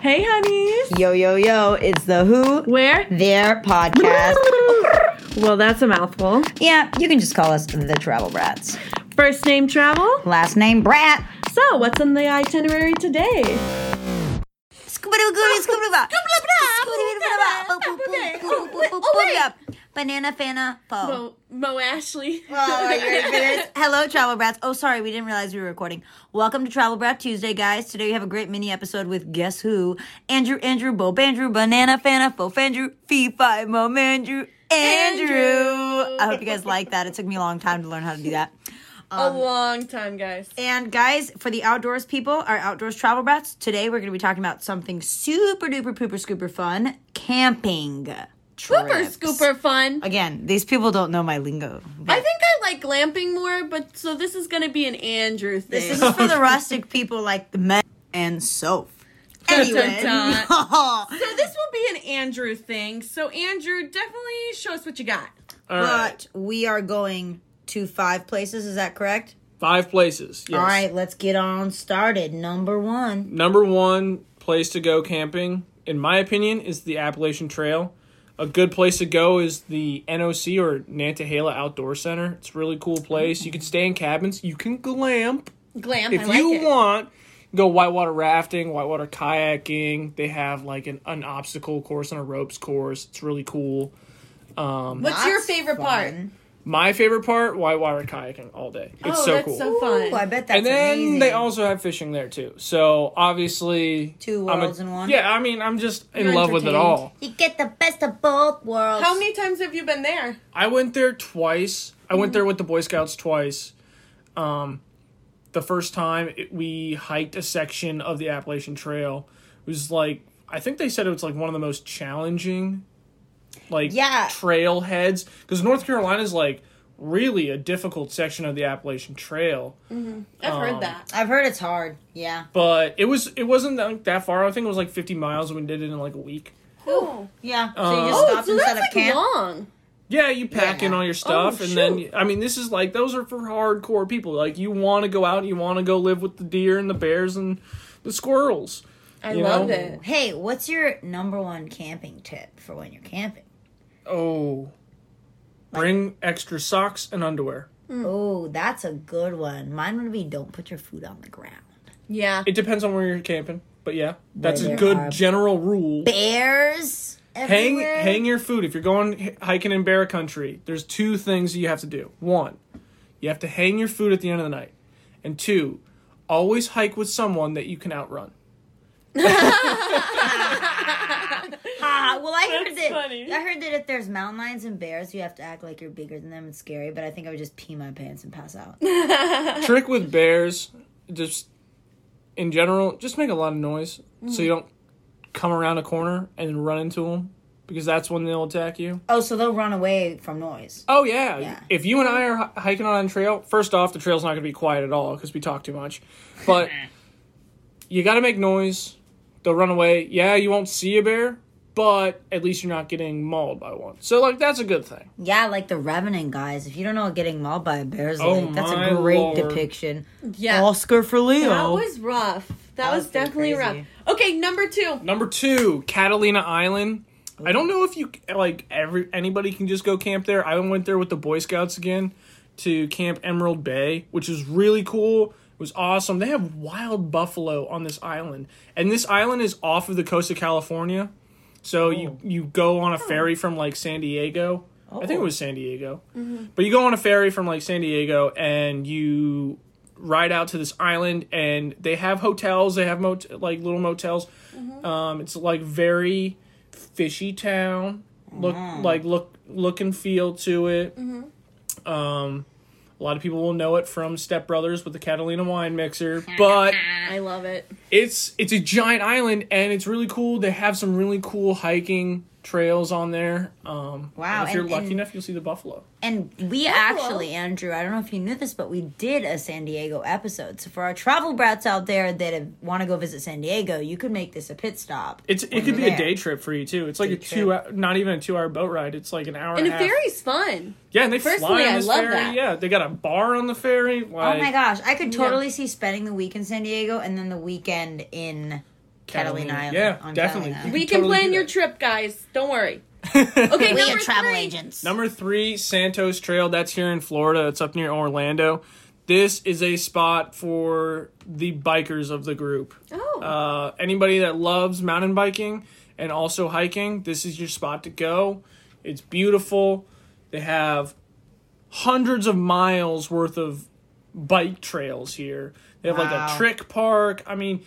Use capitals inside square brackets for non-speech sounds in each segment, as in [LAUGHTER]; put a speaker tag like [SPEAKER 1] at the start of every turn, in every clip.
[SPEAKER 1] Hey, honeys.
[SPEAKER 2] Yo, yo, yo, it's the Who
[SPEAKER 1] Where?
[SPEAKER 2] Their podcast.
[SPEAKER 1] Well, that's a mouthful.
[SPEAKER 2] yeah, you can just call us the Travel Brats.
[SPEAKER 1] First name travel.
[SPEAKER 2] Last name Brat.
[SPEAKER 1] So, what's on the itinerary today?
[SPEAKER 3] Banana Fana Fo.
[SPEAKER 1] Mo, Mo
[SPEAKER 3] [LAUGHS]
[SPEAKER 1] Ashley.
[SPEAKER 3] Oh, Hello, Travel Brats. Oh, sorry, we didn't realize we were recording. Welcome to Travel Brat Tuesday, guys. Today we have a great mini episode with guess who? Andrew, Andrew, Bo, Andrew, Banana Fana Fo, Andrew, Fee Fi Mo, Andrew, Andrew. I hope you guys like that. It took me a long time to learn how to do that.
[SPEAKER 1] [LAUGHS] a
[SPEAKER 3] Um,
[SPEAKER 1] long time, guys.
[SPEAKER 3] And guys, for the outdoors people, our outdoors travel brats, today we're going to be talking about something super duper pooper scooper fun camping.
[SPEAKER 1] Super
[SPEAKER 3] Trips.
[SPEAKER 1] scooper fun.
[SPEAKER 3] Again, these people don't know my lingo.
[SPEAKER 1] I think I like glamping more, but so this is gonna be an Andrew thing.
[SPEAKER 3] [LAUGHS] This is for the rustic [LAUGHS] people like the men and [LAUGHS] Soph.
[SPEAKER 1] Dun, dun,
[SPEAKER 3] Anyway,
[SPEAKER 1] dun. [LAUGHS]
[SPEAKER 3] [LAUGHS]
[SPEAKER 1] so this will be an Andrew thing. So Andrew, definitely show us what you got.
[SPEAKER 3] but we are going to five places, is that correct?
[SPEAKER 4] Five places. Yes.
[SPEAKER 3] All right, let's get on started. Number one.
[SPEAKER 4] Number one place to go camping, in my opinion, is the Appalachian Trail. A good place to go is the NOC or Nantahala Outdoor Center. It's a really cool place. You can stay in cabins. You can glamp
[SPEAKER 1] Glamp.
[SPEAKER 4] if
[SPEAKER 1] I like
[SPEAKER 4] you
[SPEAKER 1] it.
[SPEAKER 4] want. Go whitewater rafting, whitewater kayaking. They have like an, an obstacle course and a ropes course. It's really cool.
[SPEAKER 1] What's your favorite part?
[SPEAKER 4] My favorite part: whitewater kayaking all day. It's
[SPEAKER 1] oh,
[SPEAKER 4] so
[SPEAKER 1] that's
[SPEAKER 4] cool.
[SPEAKER 1] so fun.
[SPEAKER 3] Ooh, I bet that's
[SPEAKER 4] and then
[SPEAKER 3] amazing.
[SPEAKER 4] they also have fishing there too. So obviously,
[SPEAKER 3] Two
[SPEAKER 4] I'm a-
[SPEAKER 3] worlds in one.
[SPEAKER 4] Yeah, I mean, I'm just
[SPEAKER 1] You're
[SPEAKER 4] in love with it
[SPEAKER 1] entertained.
[SPEAKER 4] all.
[SPEAKER 3] You get the best of both worlds.
[SPEAKER 1] How many times have you been there?
[SPEAKER 4] I went there twice. I
[SPEAKER 3] Mm-hmm.
[SPEAKER 4] went there with the Boy Scouts twice. Um, the first time it, we hiked a section of the Appalachian Trail. It was like I think they said it was like one of the most challenging, like
[SPEAKER 3] Yeah.
[SPEAKER 4] trailheads because North Carolina is like really a difficult section of the Appalachian Trail.
[SPEAKER 1] I've heard that.
[SPEAKER 3] I've heard it's hard. Yeah.
[SPEAKER 4] But it was it wasn't that, that far. I think it was like 50 miles, and we did it in like a week.
[SPEAKER 1] Cool.
[SPEAKER 3] Yeah. So you
[SPEAKER 4] Um,
[SPEAKER 3] just
[SPEAKER 1] Oh,
[SPEAKER 3] stopped
[SPEAKER 1] so
[SPEAKER 3] and
[SPEAKER 1] that's
[SPEAKER 3] set up
[SPEAKER 1] like
[SPEAKER 3] camp.
[SPEAKER 1] long.
[SPEAKER 4] Yeah, you pack in
[SPEAKER 3] Yeah.
[SPEAKER 4] all your stuff,
[SPEAKER 1] Oh,
[SPEAKER 4] and then I mean, this is like those are for hardcore people. Like you want to go out, you want to go live with the deer and the bears and the squirrels.
[SPEAKER 1] I
[SPEAKER 4] You
[SPEAKER 1] loved
[SPEAKER 4] know?
[SPEAKER 1] it.
[SPEAKER 3] Hey, what's your number one camping tip for when you're camping?
[SPEAKER 4] Oh, bring extra socks and underwear.
[SPEAKER 1] Mm.
[SPEAKER 3] Oh, that's a good one. Mine would be don't put your food on the ground.
[SPEAKER 1] Yeah.
[SPEAKER 4] It depends on where you're camping, but yeah, that's
[SPEAKER 3] there
[SPEAKER 4] a good
[SPEAKER 3] are-
[SPEAKER 4] general rule.
[SPEAKER 3] Bears
[SPEAKER 4] Hang
[SPEAKER 3] everywhere.
[SPEAKER 4] hang your food if you're going h- hiking in bear country. There's two things you have to do. One, you have to hang your food at the end of the night, and two, always hike with someone that you can outrun.
[SPEAKER 3] Ah, well, I heard that.
[SPEAKER 1] funny.
[SPEAKER 3] I heard that if there's mountain lions and bears, you have to act like you're bigger than them and scary. But I think I would just pee my pants and
[SPEAKER 1] [LAUGHS]
[SPEAKER 3] pass out.
[SPEAKER 4] trick with bears, just in general, just make a lot of noise so you don't come around a corner and run into them because that's when they'll attack you.
[SPEAKER 3] oh, so they'll run away from noise.
[SPEAKER 4] Oh yeah,
[SPEAKER 3] Yeah.
[SPEAKER 4] if you and I are hi- hiking on a trail, first off, the trail's not going to be quiet at all because we talk too much. But you got to make noise. They'll run away. Yeah, you won't see a bear, but at least you're not getting mauled by one. So like that's a good thing.
[SPEAKER 3] Yeah, like the Revenant guys. If you don't know what getting mauled by a bear is
[SPEAKER 4] Oh
[SPEAKER 3] like, that's
[SPEAKER 4] my
[SPEAKER 3] a great
[SPEAKER 4] lord.
[SPEAKER 3] depiction.
[SPEAKER 1] Yeah.
[SPEAKER 3] Oscar for Leo.
[SPEAKER 1] That was rough. That, was,
[SPEAKER 3] was pretty
[SPEAKER 1] definitely
[SPEAKER 3] crazy.
[SPEAKER 1] rough. Okay, number two.
[SPEAKER 4] Number two, Catalina Island. I don't know if you like every anybody can just go camp there. I went there with the Boy Scouts again to Camp Emerald Bay, which is really cool. It was awesome. They have wild buffalo on this island, and this island is off of the coast of California. So you you go on a ferry from like San Diego. I think it was San Diego. But you go on a ferry from like San Diego and you ride out to this island and they have hotels, they have mot- like little motels. Um, it's like very fishy town. Look like look look and feel to it. Um, a lot of people will know it from Step Brothers with the Catalina wine mixer, but
[SPEAKER 1] I love it.
[SPEAKER 4] it's it's a giant island and it's really cool. They have some really cool hiking trails on there. Um,
[SPEAKER 3] Wow,
[SPEAKER 4] and if you're
[SPEAKER 3] and-
[SPEAKER 4] lucky
[SPEAKER 3] and-
[SPEAKER 4] enough, you'll see the buffalo.
[SPEAKER 3] And we actually, Andrew, I don't know if you knew this, but we did a San Diego episode. So for our travel brats out there that want to go visit San Diego, you could make this a pit stop.
[SPEAKER 4] It's it could be
[SPEAKER 3] there.
[SPEAKER 4] a day trip for you too. It's like a two hour, not even a two hour boat ride. It's like an hour
[SPEAKER 1] And
[SPEAKER 4] and,
[SPEAKER 1] a
[SPEAKER 4] a half.
[SPEAKER 1] ferry's fun.
[SPEAKER 4] Yeah, and they
[SPEAKER 1] Personally,
[SPEAKER 4] fly
[SPEAKER 1] I
[SPEAKER 4] on this
[SPEAKER 1] love
[SPEAKER 4] ferry.
[SPEAKER 1] that.
[SPEAKER 4] Yeah, they got a bar on the ferry.
[SPEAKER 3] Oh
[SPEAKER 4] Like,
[SPEAKER 3] my gosh, I could totally see spending the week in San Diego and then the weekend in Catalina Island.
[SPEAKER 4] Yeah,
[SPEAKER 3] on
[SPEAKER 4] definitely.
[SPEAKER 3] Catalina.
[SPEAKER 4] You
[SPEAKER 1] We can
[SPEAKER 4] totally
[SPEAKER 1] plan
[SPEAKER 4] do
[SPEAKER 1] your
[SPEAKER 4] that.
[SPEAKER 1] trip, guys. Don't
[SPEAKER 4] [LAUGHS]
[SPEAKER 1] worry. Okay,
[SPEAKER 3] We
[SPEAKER 1] number
[SPEAKER 3] are travel
[SPEAKER 1] three.
[SPEAKER 3] agents.
[SPEAKER 4] Number three, Santos Trail. That's here in Florida. It's up near Orlando. This is a spot for the bikers of the group.
[SPEAKER 1] Oh.
[SPEAKER 4] Uh, anybody that loves mountain biking and also hiking, this is your spot to go. It's beautiful. They have hundreds of miles worth of bike trails here. They have like a
[SPEAKER 2] Wow.
[SPEAKER 4] trick park. I mean,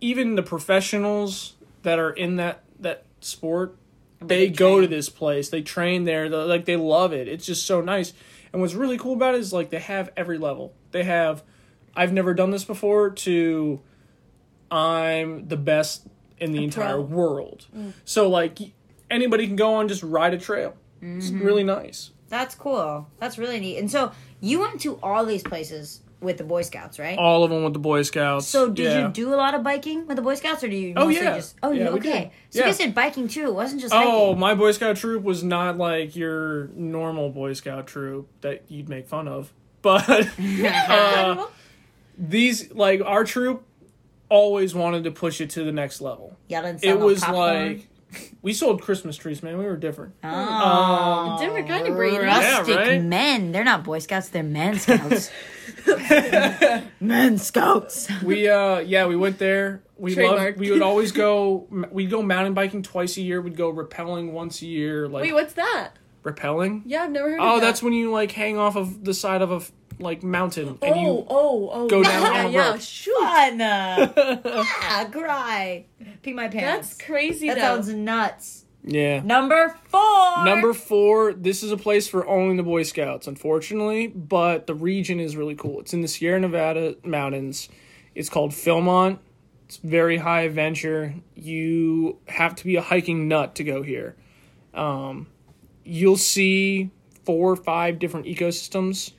[SPEAKER 4] even the professionals that are in that that sport, they, go to this place. They train there. They're, like they love it. It's just so nice. And what's really cool about it is like they have every level. They have I've never done this before to I'm the best in the entire world. So like anybody can go on just ride a trail. It's really nice.
[SPEAKER 3] That's cool. That's really neat. And so you went to all these places with the Boy Scouts, right?
[SPEAKER 4] All of them with the Boy Scouts.
[SPEAKER 3] So did
[SPEAKER 4] Yeah.
[SPEAKER 3] you do a lot of biking with the Boy Scouts, or do you?
[SPEAKER 4] Oh,
[SPEAKER 3] mostly
[SPEAKER 4] yeah.
[SPEAKER 3] Just, oh,
[SPEAKER 4] Yeah,
[SPEAKER 3] you
[SPEAKER 4] we did.
[SPEAKER 3] okay? So you
[SPEAKER 4] Yeah.
[SPEAKER 3] guys did biking too. It wasn't just hiking.
[SPEAKER 4] Oh, my Boy Scout troop was not like your normal Boy Scout troop that you'd make fun of. [LAUGHS] But
[SPEAKER 3] [LAUGHS]
[SPEAKER 4] uh, these, like, our troop always wanted to push it to the next level.
[SPEAKER 3] Y'all didn't sell
[SPEAKER 4] It
[SPEAKER 3] no
[SPEAKER 4] was
[SPEAKER 3] popcorn?
[SPEAKER 4] like, we sold Christmas trees, man. We were different.
[SPEAKER 3] Oh,
[SPEAKER 1] Different kind of breed.
[SPEAKER 3] rustic
[SPEAKER 4] Yeah, right?
[SPEAKER 3] men. They're not Boy Scouts. They're Men
[SPEAKER 4] [LAUGHS]
[SPEAKER 3] Scouts. men Scouts.
[SPEAKER 4] we uh yeah we went there we
[SPEAKER 1] Trademark.
[SPEAKER 4] loved, we would always go we'd go mountain biking twice a year we'd go rappelling once a year like
[SPEAKER 1] Wait, what's that?
[SPEAKER 4] rappelling
[SPEAKER 1] Yeah, I've never heard of
[SPEAKER 4] oh
[SPEAKER 1] that.
[SPEAKER 4] that's when you like hang off of the side of a f- like mountain and
[SPEAKER 1] Oh,
[SPEAKER 4] you
[SPEAKER 1] oh, oh.
[SPEAKER 4] go down
[SPEAKER 1] yeah,
[SPEAKER 4] on a
[SPEAKER 1] yeah,
[SPEAKER 4] rope.
[SPEAKER 1] shoot.
[SPEAKER 3] Fun. [LAUGHS] yeah, cry. Pee my pants.
[SPEAKER 1] That's crazy,
[SPEAKER 3] that
[SPEAKER 1] though.
[SPEAKER 3] sounds nuts.
[SPEAKER 4] yeah
[SPEAKER 3] Number four.
[SPEAKER 4] number four this is a place for only the boy scouts unfortunately but the region is really cool it's in the sierra nevada mountains it's called philmont it's very high adventure you have to be a hiking nut to go here Um, you'll see four or five different ecosystems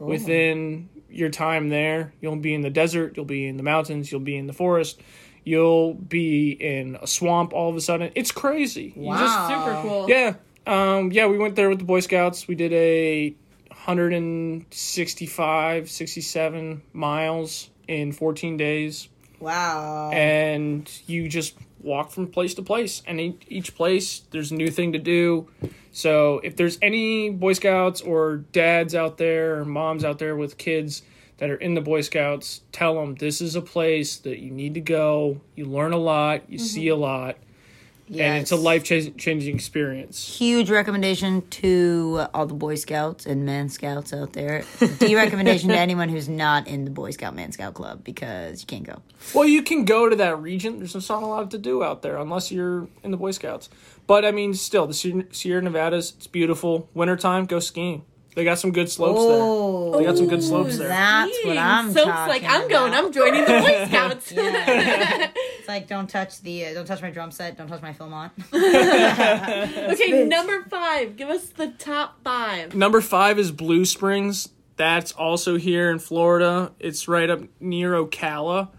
[SPEAKER 4] within your time there. You'll be in the desert, you'll be in the mountains, you'll be in the forest, you'll be in a swamp all of a sudden. It's crazy. You just-
[SPEAKER 1] super cool.
[SPEAKER 4] yeah. Um, yeah, we went there with the Boy Scouts. We did a 165, 67 miles in 14 days
[SPEAKER 3] Wow.
[SPEAKER 4] and you just walk from place to place and e- each place there's a new thing to do so if there's any boy scouts or dads out there or moms out there with kids that are in the boy scouts tell them this is a place that you need to go you learn a lot you see a lot and it's a life cha- changing experience
[SPEAKER 3] huge recommendation to all the Boy Scouts and Man Scouts out there. D recommendation
[SPEAKER 4] [LAUGHS]
[SPEAKER 3] to anyone who's not in the Boy Scout Man Scout Club because you can't go.
[SPEAKER 4] well you can go to that region there's just not a lot to do out there unless you're in the boy scouts but i mean still the Sier- sierra nevadas it's beautiful wintertime go skiing they got some good slopes there
[SPEAKER 3] Oh,
[SPEAKER 4] They got some good slopes there.
[SPEAKER 3] that's what
[SPEAKER 1] Dang,
[SPEAKER 3] I'm
[SPEAKER 1] so it's
[SPEAKER 3] talking
[SPEAKER 1] like I'm
[SPEAKER 3] about.
[SPEAKER 1] going. I'm joining the Boy
[SPEAKER 3] [LAUGHS]
[SPEAKER 1] Scouts.
[SPEAKER 3] It's like don't touch the uh, don't touch my drum set, don't touch my film on.
[SPEAKER 1] [LAUGHS] okay, number five. Give us the top five.
[SPEAKER 4] Number five is Blue Springs. That's also here in Florida. It's right up near Ocala.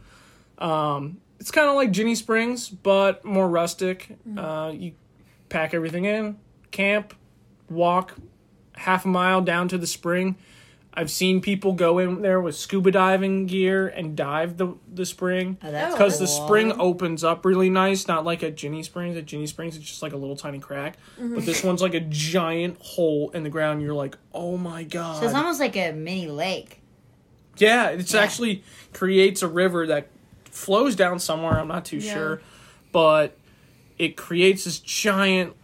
[SPEAKER 4] Um, it's kind of like Ginny Springs, but more rustic. Uh, you pack everything in, camp, walk half a mile down to the spring. I've seen people go in there with scuba diving gear and dive the, the spring.
[SPEAKER 3] [LAUGHS] that's
[SPEAKER 4] because Oh. the spring opens up really nice, not like at Ginny Springs. At Ginny Springs, it's just like a little tiny crack, but this one's like a giant hole in the ground. You're like, oh my god!
[SPEAKER 3] It's almost like a mini lake.
[SPEAKER 4] yeah, it's actually creates a river that flows down somewhere. I'm not too
[SPEAKER 1] Yeah.
[SPEAKER 4] sure, but it creates this giant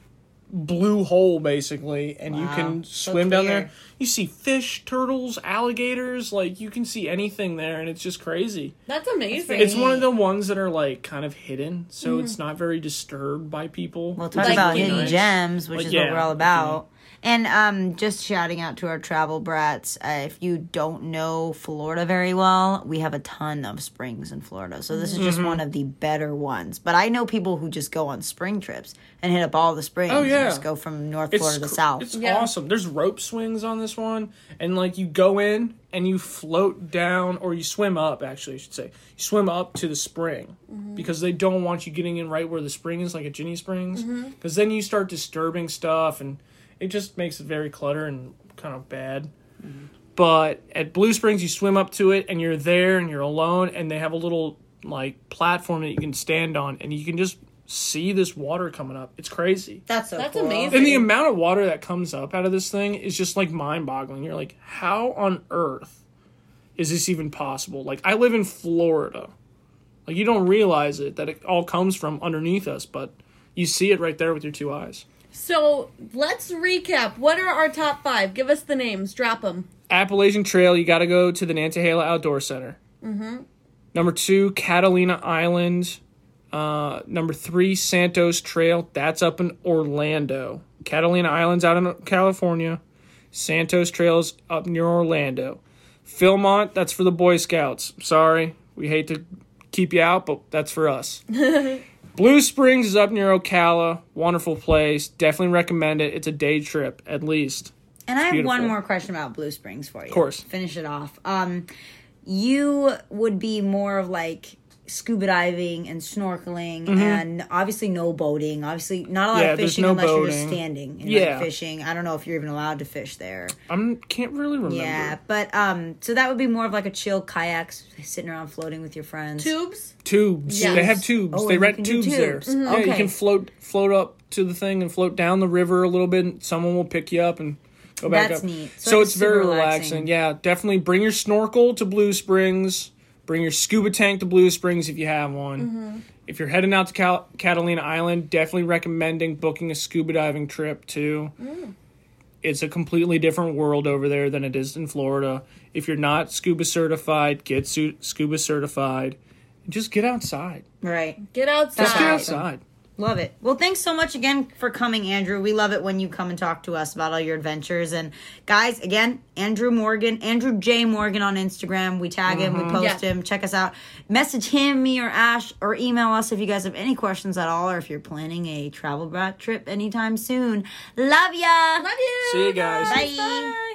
[SPEAKER 4] blue hole basically, and you can swim down
[SPEAKER 3] clear.
[SPEAKER 4] there. You see fish, turtles, alligators, like you can see anything there, and it's just crazy.
[SPEAKER 1] That's amazing.
[SPEAKER 4] It's one of the ones that are like kind of hidden, so it's not very disturbed by people.
[SPEAKER 3] We'll talk
[SPEAKER 1] Like
[SPEAKER 3] about
[SPEAKER 1] we-
[SPEAKER 3] hidden gems, which
[SPEAKER 4] Like,
[SPEAKER 3] is what
[SPEAKER 4] yeah,
[SPEAKER 3] we're all about. And um, just shouting out to our travel brats, uh, if you don't know Florida very well, we have a ton of springs in Florida. So this is
[SPEAKER 4] Mm-hmm.
[SPEAKER 3] just one of the better ones. But I know people who just go on spring trips and hit up all the springs.
[SPEAKER 4] Oh,
[SPEAKER 3] And
[SPEAKER 4] yeah.
[SPEAKER 3] just go from North
[SPEAKER 4] It's
[SPEAKER 3] Florida to
[SPEAKER 4] cr-
[SPEAKER 3] South.
[SPEAKER 4] It's
[SPEAKER 1] Yeah.
[SPEAKER 4] awesome. There's rope swings on this one, and like you go in and you float down, or you swim up. Actually, I should say you swim up to the spring because they don't want you getting in right where the spring is, like at Ginny Springs, because then you start disturbing stuff, and it just makes it very clutter and kind of bad. But at Blue Springs, you swim up to it, and you're there, and you're alone, and they have a little like platform that you can stand on, and you can just see this water coming up. It's crazy.
[SPEAKER 3] That's so
[SPEAKER 1] That's
[SPEAKER 3] cool.
[SPEAKER 1] amazing.
[SPEAKER 4] And the amount of water that comes up out of this thing is just like mind boggling. You're like, how on earth is this even possible? Like, I live in Florida. Like, you don't realize it that it all comes from underneath us, but you see it right there with your two eyes.
[SPEAKER 1] So let's recap. What are our top five? Give us the names. Drop them.
[SPEAKER 4] Appalachian Trail, you got to go to the Nantahala Outdoor Center. Mm-hmm. Number two, Catalina Island. Uh, number three, Santos Trail. That's up in Orlando. Catalina Island's out in California. Santos Trail's up near Orlando. Philmont, that's for the Boy Scouts. Sorry, we hate to keep you out, but that's for us. Blue Springs is up near Ocala. Wonderful place. Definitely recommend it. It's a day trip, at least.
[SPEAKER 3] And I have one
[SPEAKER 4] beautiful.
[SPEAKER 3] more question about Blue Springs for you. Of
[SPEAKER 4] course.
[SPEAKER 3] Finish it off. Um, you would be more of like scuba diving and snorkeling and obviously no boating. Obviously not a lot
[SPEAKER 4] Mm-hmm. Yeah,
[SPEAKER 3] of
[SPEAKER 4] there's
[SPEAKER 3] fishing
[SPEAKER 4] no
[SPEAKER 3] unless you're just
[SPEAKER 4] boating.
[SPEAKER 3] standing and
[SPEAKER 4] Yeah.
[SPEAKER 3] like fishing. I don't know if you're even allowed to fish there.
[SPEAKER 4] I can't really remember.
[SPEAKER 3] Yeah, but um so that would be more of like a chill kayak sitting around floating with your friends.
[SPEAKER 1] Tubes.
[SPEAKER 4] tubes.
[SPEAKER 1] Yes.
[SPEAKER 4] They have tubes.
[SPEAKER 3] Oh, and
[SPEAKER 4] they
[SPEAKER 3] you
[SPEAKER 4] rent
[SPEAKER 3] can do
[SPEAKER 4] tubes, there.
[SPEAKER 3] tubes. Mhm.
[SPEAKER 4] Yeah, you
[SPEAKER 3] Okay.
[SPEAKER 4] can float float up to the thing and float down the river a little bit. and Someone will pick you up and go back
[SPEAKER 3] That's
[SPEAKER 4] up.
[SPEAKER 3] neat. So
[SPEAKER 4] So,
[SPEAKER 3] it's
[SPEAKER 4] it's very
[SPEAKER 3] super
[SPEAKER 4] relaxing.
[SPEAKER 3] relaxing.
[SPEAKER 4] Yeah, definitely bring your snorkel to Blue Springs. Bring your scuba tank to Blue Springs if you have one.
[SPEAKER 3] Mm-hmm.
[SPEAKER 4] If you're heading out to Cal- Catalina Island, definitely recommending booking a scuba diving trip too.
[SPEAKER 3] Mm.
[SPEAKER 4] It's a completely different world over there than it is in Florida. If you're not scuba certified, get su- scuba certified. Just get outside.
[SPEAKER 3] Right.
[SPEAKER 1] Get outside.
[SPEAKER 4] Just get outside.
[SPEAKER 3] Love it. Well, thanks so much again for coming, Andrew. We love it when you come and talk to us about all your adventures. And guys, again, Andrew Morgan, Andrew J. Morgan on Instagram. We tag him, we post
[SPEAKER 1] Mm-hmm. Yeah.
[SPEAKER 3] him. Check us out. Message him, me, or Ash, or email us if you guys have any questions at all, or if you're planning a travel brat trip anytime soon. Love ya.
[SPEAKER 1] Love you.
[SPEAKER 4] See you guys.
[SPEAKER 3] Bye.
[SPEAKER 1] Bye.